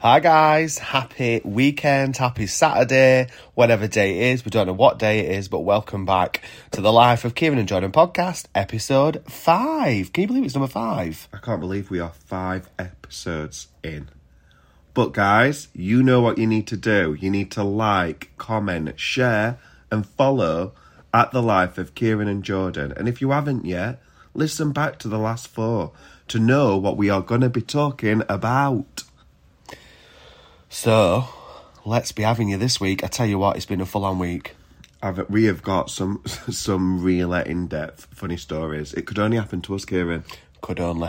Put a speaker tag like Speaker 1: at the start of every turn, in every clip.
Speaker 1: Hi guys, happy weekend, happy Saturday, whatever day it is. We don't know what day it is, but welcome back to the Life of Kieran and Jordan podcast, episode five. Can you believe it's number five?
Speaker 2: I can't believe we are five episodes in. But guys, you know what you need to do. You need to like, comment, share, and follow at the life of Kieran and Jordan. And if you haven't yet, listen back to the last four to know what we are going to be talking about.
Speaker 1: So, let's be having you this week. I tell you what, it's been a full on week.
Speaker 2: I've, we have got some some real in-depth funny stories. It could only happen to us, Kieran.
Speaker 1: Could only.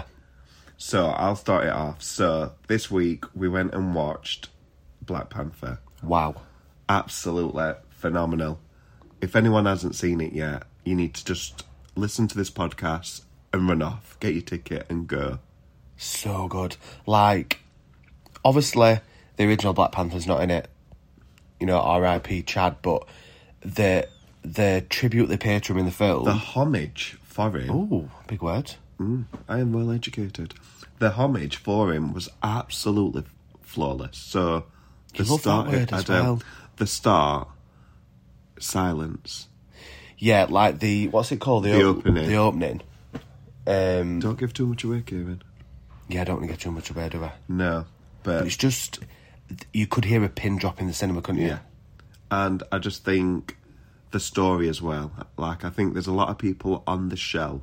Speaker 2: So I'll start it off. So this week we went and watched Black Panther.
Speaker 1: Wow.
Speaker 2: absolutely phenomenal. If anyone hasn't seen it yet, you need to just listen to this podcast and run off, get your ticket and go.
Speaker 1: So good. Like, obviously, the original Black Panther's not in it. You know, R.I.P. Chad, but the the tribute they paid to him in the film.
Speaker 2: The homage for him,
Speaker 1: Ooh, big word.
Speaker 2: Mm, I am well educated. The homage for him was absolutely flawless. So the
Speaker 1: love that word as
Speaker 2: I do.
Speaker 1: well.
Speaker 2: the start, silence.
Speaker 1: Yeah, like the what's it called?
Speaker 2: The opening.
Speaker 1: The opening. Um,
Speaker 2: Don't give too much away, Kieran.
Speaker 1: yeah, I don't want to get too much away, do I?
Speaker 2: No, but
Speaker 1: It's just you could hear a pin drop in the cinema, couldn't you?
Speaker 2: Yeah. And I just think the story as well. Like, I think there's a lot of people on the shelf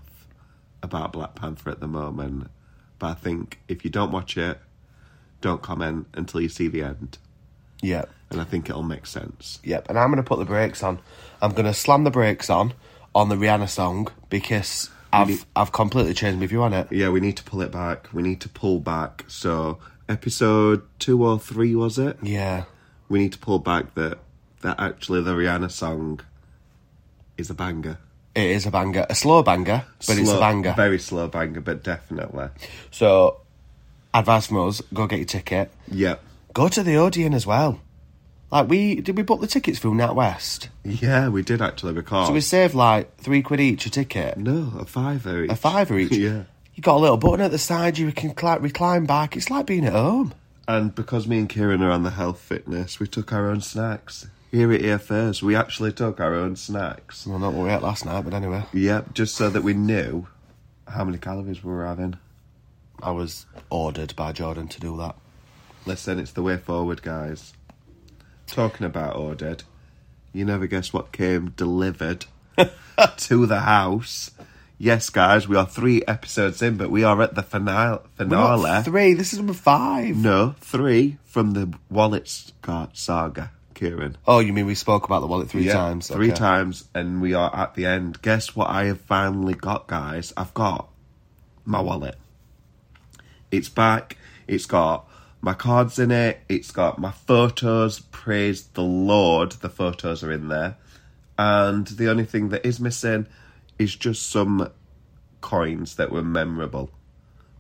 Speaker 2: about Black Panther at the moment. But I think if you don't watch it, don't comment until you see the end.
Speaker 1: Yep.
Speaker 2: And I think it'll make sense.
Speaker 1: Yep. And I'm gonna put the brakes on. I'm gonna slam the brakes on on the Rihanna song because I've I've completely changed my view on it.
Speaker 2: Yeah, we need to pull it back. We need to pull back. So, episode two or three, was it?
Speaker 1: Yeah.
Speaker 2: We need to pull back that, that actually the Rihanna song is a banger.
Speaker 1: It is a banger, a slow banger, but it's a
Speaker 2: Slow-
Speaker 1: banger.
Speaker 2: Very slow banger, but definitely.
Speaker 1: so, advice from us: go get your ticket.
Speaker 2: Yep.
Speaker 1: Go to the Odeon as well. Like we did, we book the tickets through NatWest.
Speaker 2: Yeah, we did actually record.
Speaker 1: So we saved like three quid each a ticket,
Speaker 2: no, a fiver each.
Speaker 1: a fiver each.
Speaker 2: yeah.
Speaker 1: You got a little button at the side you can cli- recline back. It's like being at home.
Speaker 2: And because me and Kieran are on the health fitness, we took our own snacks. Here at EFS, we actually took our own snacks.
Speaker 1: Well, not what we ate last night, but anyway,
Speaker 2: Yep, just so that we knew how many calories we were having.
Speaker 1: I was ordered by Jordan to do that.
Speaker 2: Listen, it's the way forward, guys. Talking about ordered, you never guess what came delivered to the house. Yes, guys, we are three episodes in, but we are at the finale.
Speaker 1: Not
Speaker 2: finale.
Speaker 1: three. This is number five.
Speaker 2: No, three from the wallet scar saga, Kieran.
Speaker 1: Oh, you mean we spoke about the wallet three times?
Speaker 2: Three
Speaker 1: Okay.
Speaker 2: times, and we are at the end. Guess what I have finally got, guys? I've got my wallet. It's back. It's got my cards in it. It's got my photos. Praise the Lord, the photos are in there. And the only thing that is missing is just some coins that were memorable.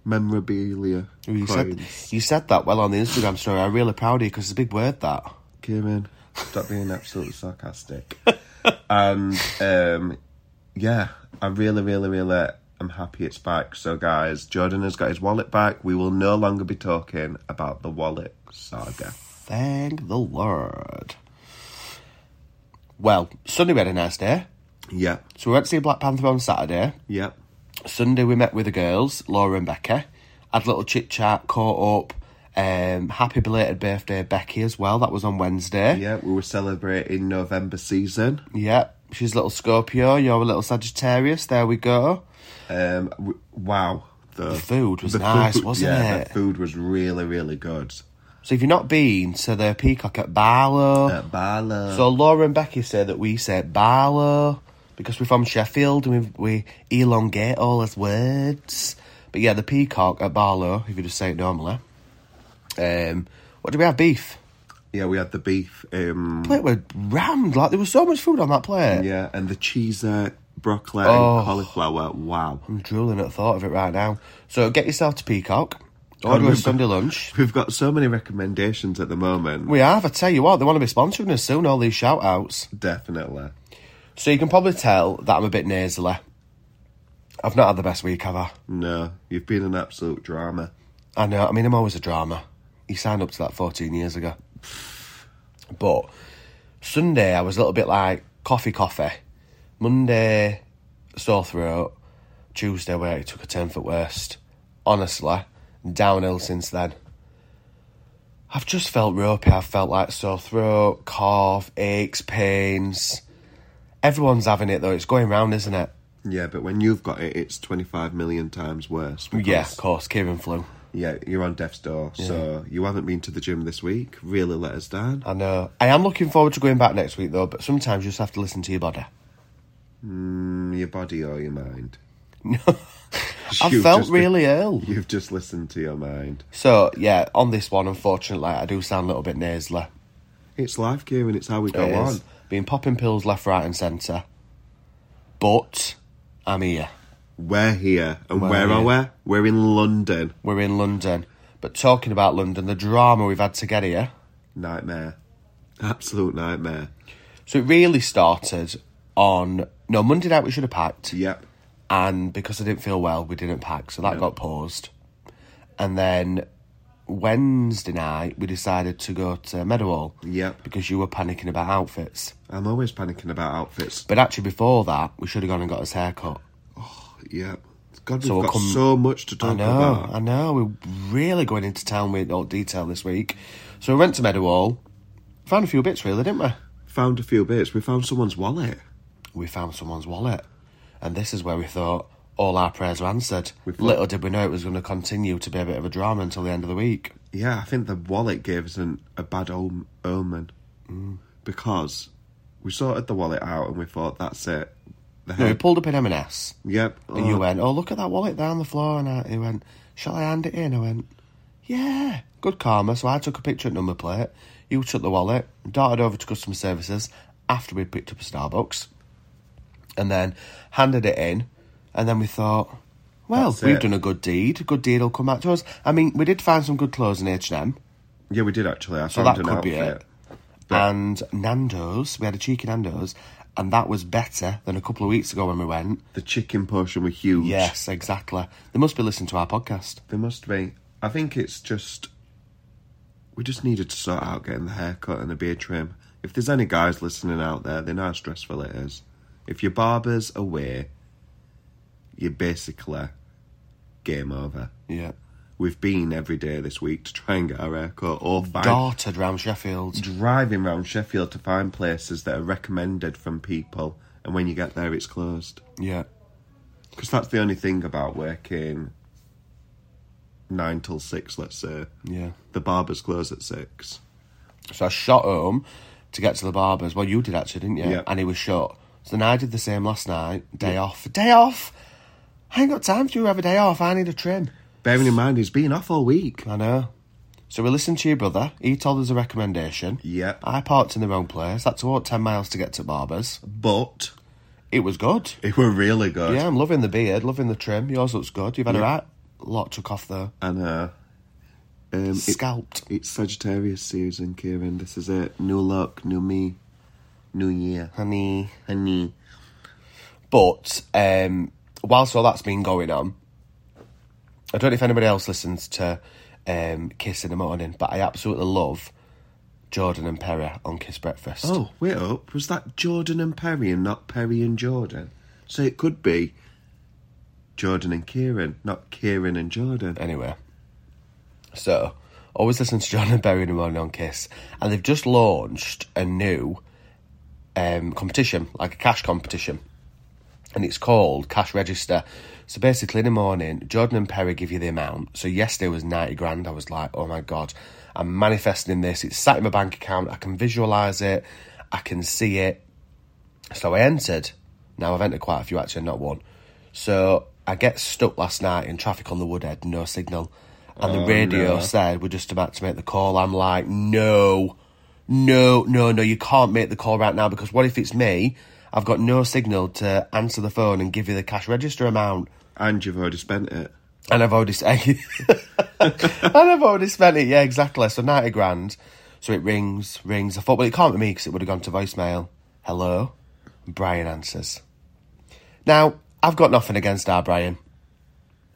Speaker 2: Memorabilia.
Speaker 1: Oh, You said,
Speaker 2: coins.
Speaker 1: you said that well on the Instagram story. I'm really proud of you because it's a big word that.
Speaker 2: Kieran, stop being absolutely sarcastic. and um, yeah, I really, really, really am happy it's back. So, guys, Jordan has got his wallet back. We will no longer be talking about the wallet saga.
Speaker 1: Thank the Lord. Well, Sunday we had a nice day.
Speaker 2: Yep,
Speaker 1: So we went to see Black Panther on Saturday.
Speaker 2: yep,
Speaker 1: Sunday we met with the girls, Laura and Becca. Had a little chit chat, caught up. Um, happy belated birthday, Becky, as well. That was on Wednesday.
Speaker 2: yep. We were celebrating November season.
Speaker 1: Yeah, She's a little Scorpio, you're a little Sagittarius. There we go.
Speaker 2: Um, w- wow. The,
Speaker 1: food was nice, wasn't
Speaker 2: yeah,
Speaker 1: it?
Speaker 2: The food was really, really good.
Speaker 1: So if you've not been to the Peacock at Barlow,
Speaker 2: At Barlow.
Speaker 1: so Laura and Becky say that we say Barlow because we're from Sheffield and we, we elongate all those words. But yeah, the Peacock at Barlow, if you just say it normally. Um, what do we have? Beef.
Speaker 2: yeah, we had the beef. Um,
Speaker 1: plate were rammed. Like there was so much food on that plate.
Speaker 2: yeah, and the cheese, uh, broccoli,
Speaker 1: Oh.
Speaker 2: and cauliflower. Wow.
Speaker 1: I'm drooling at the thought of it right now. So get yourself to Peacock.
Speaker 2: God,
Speaker 1: Order a
Speaker 2: we've-
Speaker 1: Sunday lunch.
Speaker 2: We've got so many recommendations at the moment.
Speaker 1: We have. I tell you what, they want to be sponsoring us soon. All these shout outs.
Speaker 2: Definitely.
Speaker 1: So you can probably tell that I'm a bit nasally. I've not had the best week, have I?
Speaker 2: No, you've been an absolute drama.
Speaker 1: I know. I mean, I'm always a drama. He signed up to that 14 years ago. But Sunday, I was a little bit like coffee, coffee. Monday, sore throat. Tuesday, where it took a turn for worst. Honestly, downhill since then. I've just felt ropey. I've felt like sore throat, cough, aches, pains. Everyone's having it though. It's going round, isn't it?
Speaker 2: Yeah, but when you've got it, it's 25 million times worse.
Speaker 1: yeah,
Speaker 2: because-
Speaker 1: of course. Kieran flu.
Speaker 2: Yeah, you're on death's door. So you haven't been to the gym this week. Really let us down.
Speaker 1: I know. uh, I am looking forward to going back next week though. But sometimes you just have to listen to your body.
Speaker 2: Mm, your body or your mind?
Speaker 1: No, I
Speaker 2: You've
Speaker 1: felt
Speaker 2: just been-
Speaker 1: really ill.
Speaker 2: You've just listened to your mind.
Speaker 1: So yeah, on this one, unfortunately, I do sound a little bit nasally.
Speaker 2: It's life, Kieran. It's how we go
Speaker 1: It
Speaker 2: on.
Speaker 1: is. Been popping pills left, right, and centre. But I'm here.
Speaker 2: We're here. And
Speaker 1: We're
Speaker 2: where are we? We're in London.
Speaker 1: We're in London. But talking about London, the drama we've had to get here.
Speaker 2: Nightmare. Absolute nightmare.
Speaker 1: So it really started on no Monday night. We should have packed.
Speaker 2: Yep.
Speaker 1: and because I didn't feel well, we didn't pack, so that got paused. And then Wednesday night, we decided to go to Meadowall.
Speaker 2: Yep.
Speaker 1: Because you were panicking about outfits.
Speaker 2: I'm always panicking about outfits.
Speaker 1: But actually, before that, we should have gone and got his haircut.
Speaker 2: Yep. God, we've
Speaker 1: So we'll
Speaker 2: got
Speaker 1: come-
Speaker 2: so much to talk
Speaker 1: I know,
Speaker 2: about.
Speaker 1: I know. We're really going into town with all detail this week. So we went to Meadowall, found a few bits, really, didn't we?
Speaker 2: Found a few bits. We found someone's wallet.
Speaker 1: We found someone's wallet. And this is where we thought all our prayers were answered.
Speaker 2: We've-
Speaker 1: Little did we know it was going to continue to be a bit of a drama until the end of the week.
Speaker 2: Yeah, I think the wallet gave us an, a bad om- omen Mm. because we sorted the wallet out and we thought that's it. The
Speaker 1: No, he
Speaker 2: head.
Speaker 1: pulled up in M&S.
Speaker 2: Yep.
Speaker 1: And you
Speaker 2: oh,
Speaker 1: went, oh, look at that wallet there on the floor. And I, he went, shall I hand it in? I went, yeah, good karma. So I took a picture at number plate. You took the wallet, darted over to customer services after we'd picked up a Starbucks, and then handed it in. And then we thought, well,
Speaker 2: That's
Speaker 1: we've
Speaker 2: it.
Speaker 1: done a good deed. A good deed will come back to us. I mean, we did find some good clothes in H&M,
Speaker 2: yeah, we did actually. I
Speaker 1: so
Speaker 2: found
Speaker 1: that
Speaker 2: an
Speaker 1: could be
Speaker 2: outfit.
Speaker 1: it. And Nando's, we had a cheeky Nando's, and that was better than a couple of weeks ago when we went.
Speaker 2: The chicken portion were huge.
Speaker 1: Yes, exactly. They must be listening to our podcast.
Speaker 2: There must be. I think it's just we just needed to sort out getting the haircut and the beard trim. If there's any guys listening out there, they know how stressful it is. If your barber's away, you're basically game over.
Speaker 1: Yeah.
Speaker 2: We've been every day this week to try and get our haircut or find
Speaker 1: Darted round Sheffield.
Speaker 2: driving round Sheffield to find places that are recommended from people, and when you get there, it's closed.
Speaker 1: Yeah.
Speaker 2: Because that's the only thing about working nine till six, let's say.
Speaker 1: Yeah.
Speaker 2: The barber's closed at six.
Speaker 1: So I shot home to get to the barber's. Well, you did actually, didn't you?
Speaker 2: Yeah.
Speaker 1: And he was shut. So then I did the same last night. Day off. Day off? I ain't got time for you to have a day off. I need a trim.
Speaker 2: Bearing in mind, he's been off all week.
Speaker 1: I know. So we listened to your brother. He told us a recommendation.
Speaker 2: Yep.
Speaker 1: I parked in the wrong place. Had to walk 10 miles to get to Barber's.
Speaker 2: But
Speaker 1: It was good.
Speaker 2: it were really good.
Speaker 1: Yeah, I'm loving the beard, loving the trim. Yours looks good. You've had a right lot took off the
Speaker 2: And uh, um, it-
Speaker 1: scalped.
Speaker 2: it's Sagittarius season, Kieran. This is it. New look, new me, new year.
Speaker 1: Honey.
Speaker 2: Honey.
Speaker 1: But um, whilst all that's been going on, I don't know if anybody else listens to um, Kiss in the Morning, but I absolutely love Jordan and Perry on Kiss Breakfast.
Speaker 2: Oh, wait up. Was that Jordan and Perry and not Perry and Jordan? So it could be Jordan and Kieran, not Kieran and Jordan.
Speaker 1: Anyway, so always listen to Jordan and Perry in the Morning on Kiss, and they've just launched a new um, competition, like a cash competition. and it's called Cash Register. So basically, in the morning, Jordan and Perry give you the amount. So yesterday was ninety grand. I was like, oh my god, I'm manifesting this. It's sat in my bank account. I can visualize it. I can see it. So I entered. Now I've entered quite a few actually, not one. So I get stuck last night in traffic on the Woodhead, no signal, and the radio
Speaker 2: no.
Speaker 1: said we're just about to make the call. I'm like, no. No, no, no, you can't make the call right now because what if it's me? I've got no signal to answer the phone and give you the cash register amount.
Speaker 2: And you've already spent it.
Speaker 1: And I've already spent And I've already spent it, yeah, exactly. So 90 grand. So it rings, rings. I thought, well, it can't be me because it would have gone to voicemail. Hello? Brian answers. Now, I've got nothing against our Brian.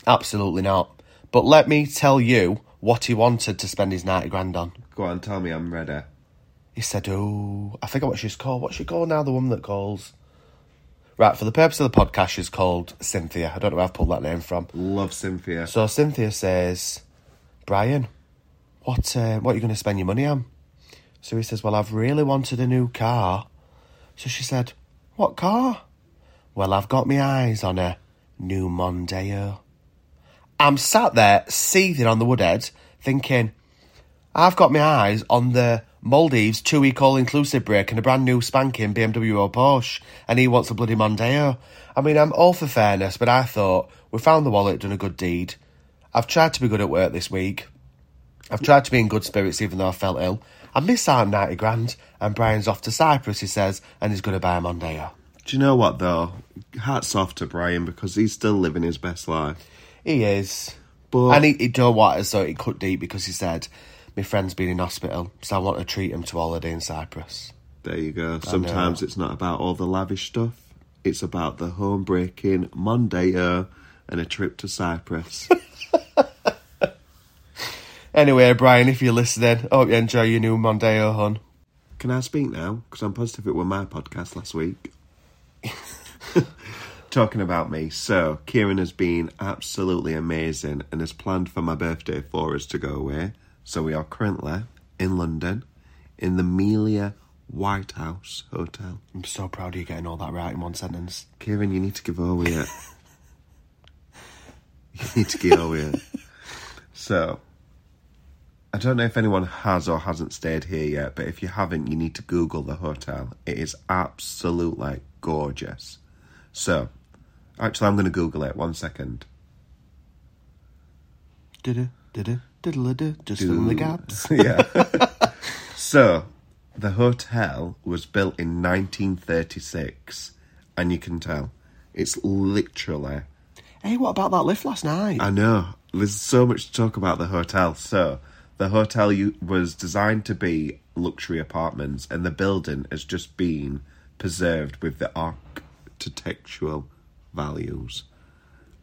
Speaker 1: Absolutely not. But let me tell you what he wanted to spend his 90 grand on.
Speaker 2: Go on, tell me I'm ready.
Speaker 1: He said, Oh, I forget what she's called. What's she called now? The woman that calls. Right, for the purpose of the podcast, she's called Cynthia. I don't know where I've pulled that name from.
Speaker 2: Love Cynthia.
Speaker 1: So Cynthia says, Brian, what uh, what are you going to spend your money on? So he says, Well, I've really wanted a new car. So she said, What car? Well, I've got my eyes on a new Mondeo. I'm sat there seething on the woodhead, thinking, I've got my eyes on the Maldives two week all inclusive break and a brand new spanking BMW or Porsche, and he wants a bloody Mondeo. I mean, I'm all for fairness, but I thought we found the wallet, done a good deed. I've tried to be good at work this week. I've tried to be in good spirits even though I felt ill. I miss out on 90 grand, and Brian's off to Cyprus, he says, and he's going to buy a Mondeo.
Speaker 2: Do you know what though? Hats off to Brian because he's still living his best life.
Speaker 1: He is.
Speaker 2: But-
Speaker 1: and he, he don't want us, so he cut deep because he said, My friend's been in hospital, so I want to treat him to holiday in Cyprus.
Speaker 2: There you go. Sometimes it's not about all the lavish stuff. It's about the homebreaking Monday and a trip to Cyprus.
Speaker 1: Anyway, Brian, if you're listening, I hope you enjoy your new oh, Mondeo, hun.
Speaker 2: Can I speak now? Because I'm positive it were my podcast last week. Talking about me. So, Kieran has been absolutely amazing and has planned for my birthday for us to go away. So, we are currently in London in the Melia White House Hotel.
Speaker 1: I'm so proud of you getting all that right in one sentence.
Speaker 2: Kieran, you need to give over it. you need to get over it. So, I don't know if anyone has or hasn't stayed here yet, but if you haven't, you need to Google the hotel. It is absolutely gorgeous. So, actually, I'm going to Google it. One second.
Speaker 1: Did it, diddle just fill in the gaps.
Speaker 2: yeah. so, the hotel was built in 1936, and you can tell it's literally
Speaker 1: Hey, what about that lift last night?
Speaker 2: I know. There's so much to talk about the hotel. So, the hotel you, was designed to be luxury apartments, and the building has just been preserved with the architectural values.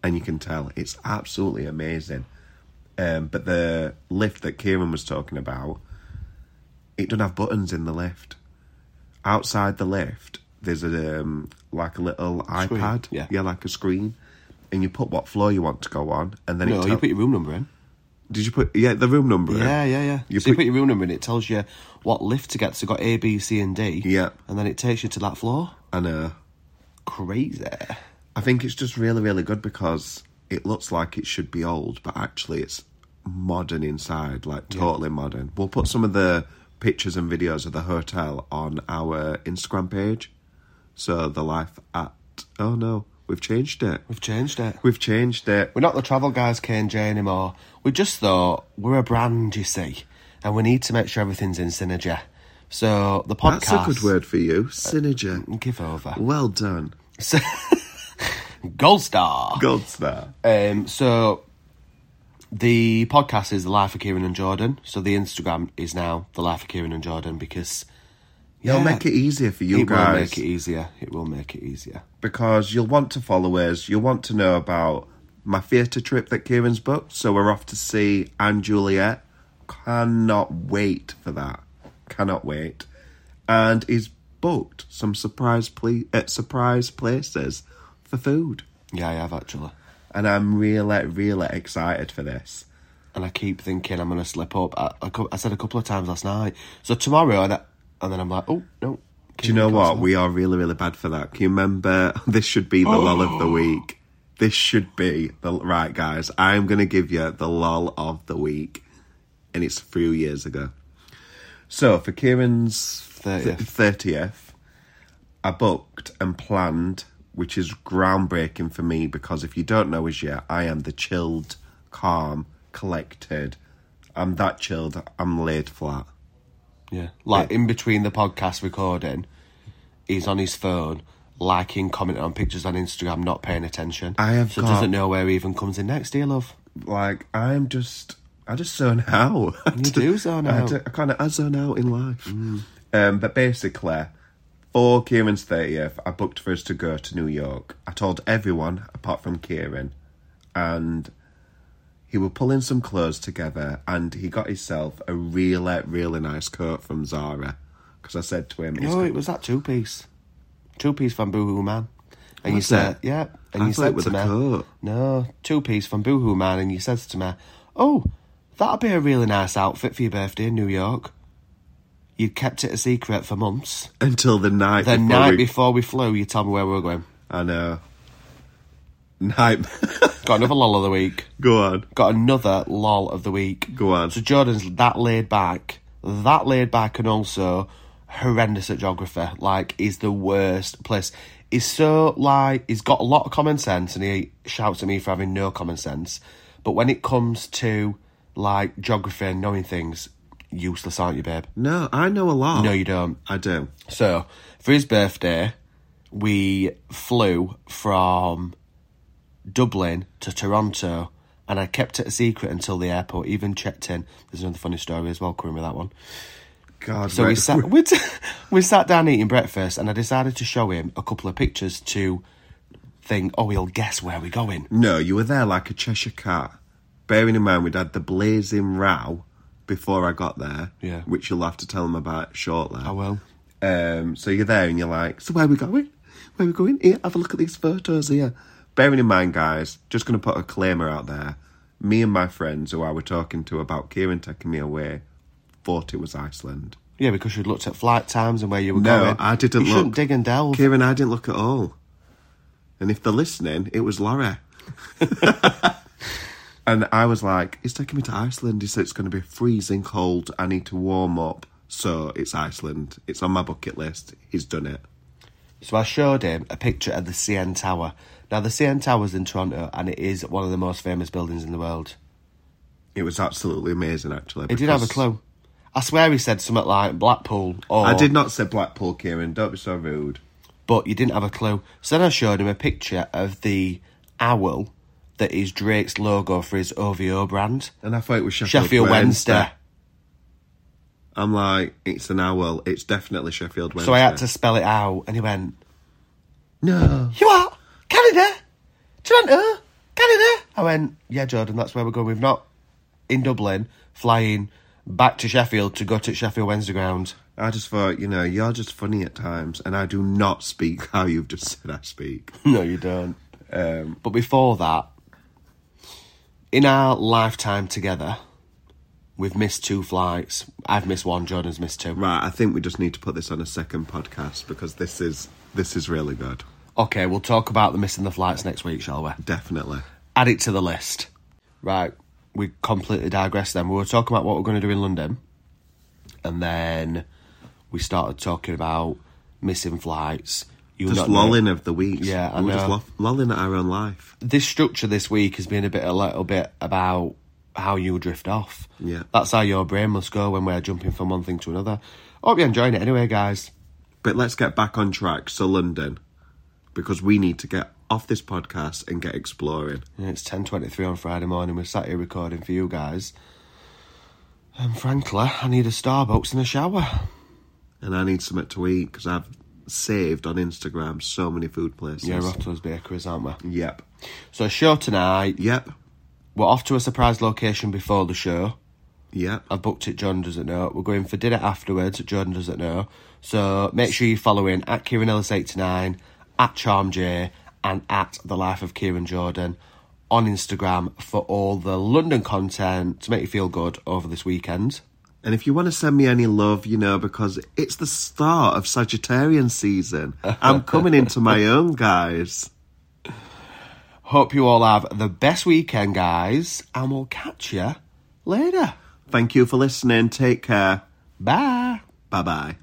Speaker 2: And you can tell it's absolutely amazing. Um, but the lift that Kieran was talking about, it doesn't have buttons in the lift. Outside the lift, there's a um, like a little iPad,
Speaker 1: yeah.
Speaker 2: like a screen, and you put what floor you want to go on, and then it
Speaker 1: no,
Speaker 2: tells
Speaker 1: you put your room number in.
Speaker 2: did you put yeah the room number? in?
Speaker 1: Yeah, yeah, yeah.
Speaker 2: You
Speaker 1: so you
Speaker 2: put-
Speaker 1: put your room number in, it tells you what lift to get. So you've got A, B, C, and D.
Speaker 2: Yeah.
Speaker 1: And then it takes you to that floor.
Speaker 2: I know.
Speaker 1: Crazy.
Speaker 2: I think it's just really really good because it looks like it should be old, but actually it's modern inside, like totally modern. We'll put some of the pictures and videos of the hotel on our Instagram page. So the life at oh no, we've changed it.
Speaker 1: We've changed it.
Speaker 2: We've changed it.
Speaker 1: We're not the travel guys, K and J anymore. We just thought we're a brand, you see, and we need to make sure everything's in synergy. So the podcast.
Speaker 2: That's a good word for you, synergy.
Speaker 1: Give over.
Speaker 2: Well done,
Speaker 1: So, gold star.
Speaker 2: gold star.
Speaker 1: Um, so the podcast is the Life of Kieran and Jordan. So the Instagram is now the Life of Kieran and Jordan because
Speaker 2: It'll make it easier for you
Speaker 1: it
Speaker 2: guys.
Speaker 1: will make it easier. It will make it easier.
Speaker 2: because you'll want to follow us. You'll want to know about my theatre trip that Kieran's booked. So we're off to see Anne Juliet. Cannot wait for that. Cannot wait. And he's booked some surprise ple- uh, surprise places for food.
Speaker 1: Yeah, I have actually.
Speaker 2: And I'm really, really excited for this.
Speaker 1: and I keep thinking I'm going to slip up. I, I, cou- I said a couple of times last night. So tomorrow, and, I, and then I'm like, oh, no.
Speaker 2: Do you know what? We are really, really bad for that. Can you remember? This should be the lol of the week. This should be the right, guys. I'm going to give you the lol of the week, and it's a few years ago. So for Kieran's
Speaker 1: Thirtieth.
Speaker 2: thirtieth, I booked and planned, which is groundbreaking for me because if you don't know as yet, I am the chilled, calm, collected. I'm that chilled. I'm laid flat.
Speaker 1: Yeah. Like in between the podcast recording, he's on his phone, liking, commenting on pictures on Instagram, not paying attention.
Speaker 2: I have
Speaker 1: So
Speaker 2: got-
Speaker 1: doesn't know where he even comes in next, dear love.
Speaker 2: like I'm just I just zone out. You
Speaker 1: do zone out. Mm.
Speaker 2: I, kind of I zone out in life. Um, but basically, for Kieran's thirtieth, I booked for us to go to New York. I told everyone apart from Kieran, and He were pulling some clothes together and he got himself a really, really nice coat from Zara. Because I said to him, he's
Speaker 1: No,
Speaker 2: got-
Speaker 1: Oh, it was that two piece. Two piece from Boohoo Man. And you
Speaker 2: Was
Speaker 1: said,
Speaker 2: it?
Speaker 1: yeah. And
Speaker 2: I
Speaker 1: you
Speaker 2: thought it
Speaker 1: said
Speaker 2: was
Speaker 1: to
Speaker 2: a
Speaker 1: me,
Speaker 2: coat.
Speaker 1: no, two piece from Boohoo Man. And you said to me, oh, that'd be a really nice outfit for your birthday in New York. You kept it a secret for months.
Speaker 2: until the night
Speaker 1: The
Speaker 2: before
Speaker 1: night
Speaker 2: we-
Speaker 1: before we flew, you told me where we were going.
Speaker 2: I know. Nightmare.
Speaker 1: Got another lol of the week.
Speaker 2: go on.
Speaker 1: Got another lol of the week.
Speaker 2: Go on.
Speaker 1: So Jordan's that laid back, that laid back, and also horrendous at geography. Like, is the worst place. He's so like he's got a lot of common sense, and he shouts at me for having no common sense. But when it comes to like geography and knowing things, useless, aren't you, babe?
Speaker 2: No, I know a lot.
Speaker 1: No, you don't.
Speaker 2: I do.
Speaker 1: So for his birthday, we flew from Dublin to Toronto, and I kept it a secret until the airport. Even checked in. There's another funny story as well coming with that one.
Speaker 2: God.
Speaker 1: So we
Speaker 2: right.
Speaker 1: sat we, t- we sat down eating breakfast, and I decided to show him a couple of pictures to think, oh, he'll guess where we're going.
Speaker 2: No, you were there like a Cheshire cat. Bearing in mind we'd had the blazing row before I got there.
Speaker 1: Yeah.
Speaker 2: Which you'll have to tell them about shortly.
Speaker 1: I will.
Speaker 2: Um, so you're there and you're like, so where are we going? Where are we going? Here, have a look at these photos here. Bearing in mind, guys, just going to put a claimer out there. Me and my friends who I were talking to about Kieran taking me away thought it was Iceland.
Speaker 1: Yeah, because you'd looked at flight times and where you were
Speaker 2: No,
Speaker 1: going.
Speaker 2: I didn't
Speaker 1: You shouldn't
Speaker 2: look.
Speaker 1: dig and delve.
Speaker 2: Kieran, I didn't look at all. And if they're listening, it was Laura. and I was like, he's taking me to Iceland. He said it's going to be freezing cold. I need to warm up. So it's Iceland. It's on my bucket list. He's done it.
Speaker 1: So I showed him a picture of the CN Tower. Now the CN Tower's in Toronto and it is one of the most famous buildings in the world.
Speaker 2: It was absolutely amazing, actually.
Speaker 1: He did have a
Speaker 2: because-
Speaker 1: clue. I swear he said something like Blackpool or
Speaker 2: I did not say Blackpool, Kieran. Don't be so rude.
Speaker 1: but you didn't have a clue. So then I showed him a picture of the owl that is Drake's logo for his OVO brand.
Speaker 2: And I thought it was Sheffield,
Speaker 1: Sheffield
Speaker 2: Wednesday.
Speaker 1: Wednesday.
Speaker 2: I'm like, it's an owl. It's definitely Sheffield Wednesday.
Speaker 1: So I had to spell it out and he went,
Speaker 2: No.
Speaker 1: You are? Canada? Toronto? Canada? I went, yeah, Jordan, that's where we're going. We've not in Dublin, flying back to Sheffield to go to Sheffield Wednesday ground.
Speaker 2: I just thought, you know, you're just funny at times, and I do not speak how you've just said I speak.
Speaker 1: no, you don't.
Speaker 2: Um,
Speaker 1: But before that, in our lifetime together, we've missed two flights. I've missed one, Jordan's missed two.
Speaker 2: right, I think we just need to put this on a second podcast because this is this is really good.
Speaker 1: Okay, we'll talk about the missing the flights next week, shall we?
Speaker 2: Definitely.
Speaker 1: Add it to the list. Right, we completely digressed then. We were talking about what we're going to do in London, and then we started talking about missing flights. You were
Speaker 2: Just
Speaker 1: not knowing-
Speaker 2: lolling of the week.
Speaker 1: Yeah, I
Speaker 2: we were just
Speaker 1: know.
Speaker 2: lo- lolling at our own life.
Speaker 1: this structure this week has been a bit a little bit about how you drift off.
Speaker 2: Yeah.
Speaker 1: That's how your brain must go when we're jumping from one thing to another. Hope you're enjoying it anyway, guys.
Speaker 2: But let's get back on track. So London, because we need to get off this podcast and get exploring.
Speaker 1: And It's ten twenty three on Friday morning. We're sat here recording for you guys. And frankly, I need a Starbucks and a shower.
Speaker 2: And I need something to eat because I've saved on Instagram so many food places.
Speaker 1: Yeah, we're off to those bakeries, aren't we?
Speaker 2: Yep.
Speaker 1: So show tonight.
Speaker 2: Yep.
Speaker 1: We're off to a surprise location before the show.
Speaker 2: Yep.
Speaker 1: I've booked it. Jordan doesn't know. We're going for dinner afterwards. Jordan doesn't know. So make sure you follow in at Kieran Ellis eighty nine, at Charm J, and at the Life of Kieran Jordan on Instagram for all the London content to make you feel good over this weekend.
Speaker 2: And if you want to send me any love, you know, because it's the start of Sagittarian season, I'm coming into my own, guys.
Speaker 1: Hope you all have the best weekend, guys, and we'll catch you later.
Speaker 2: Thank you for listening. Take care.
Speaker 1: Bye.
Speaker 2: Bye bye.